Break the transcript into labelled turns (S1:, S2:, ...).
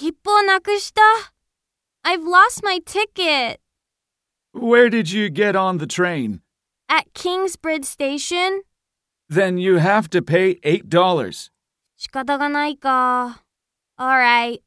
S1: Hippo I've lost my ticket
S2: Where did you get on the train?
S1: at Kingsbridge Station.
S2: Then you have to pay $8.
S1: 仕方がないか。Alright.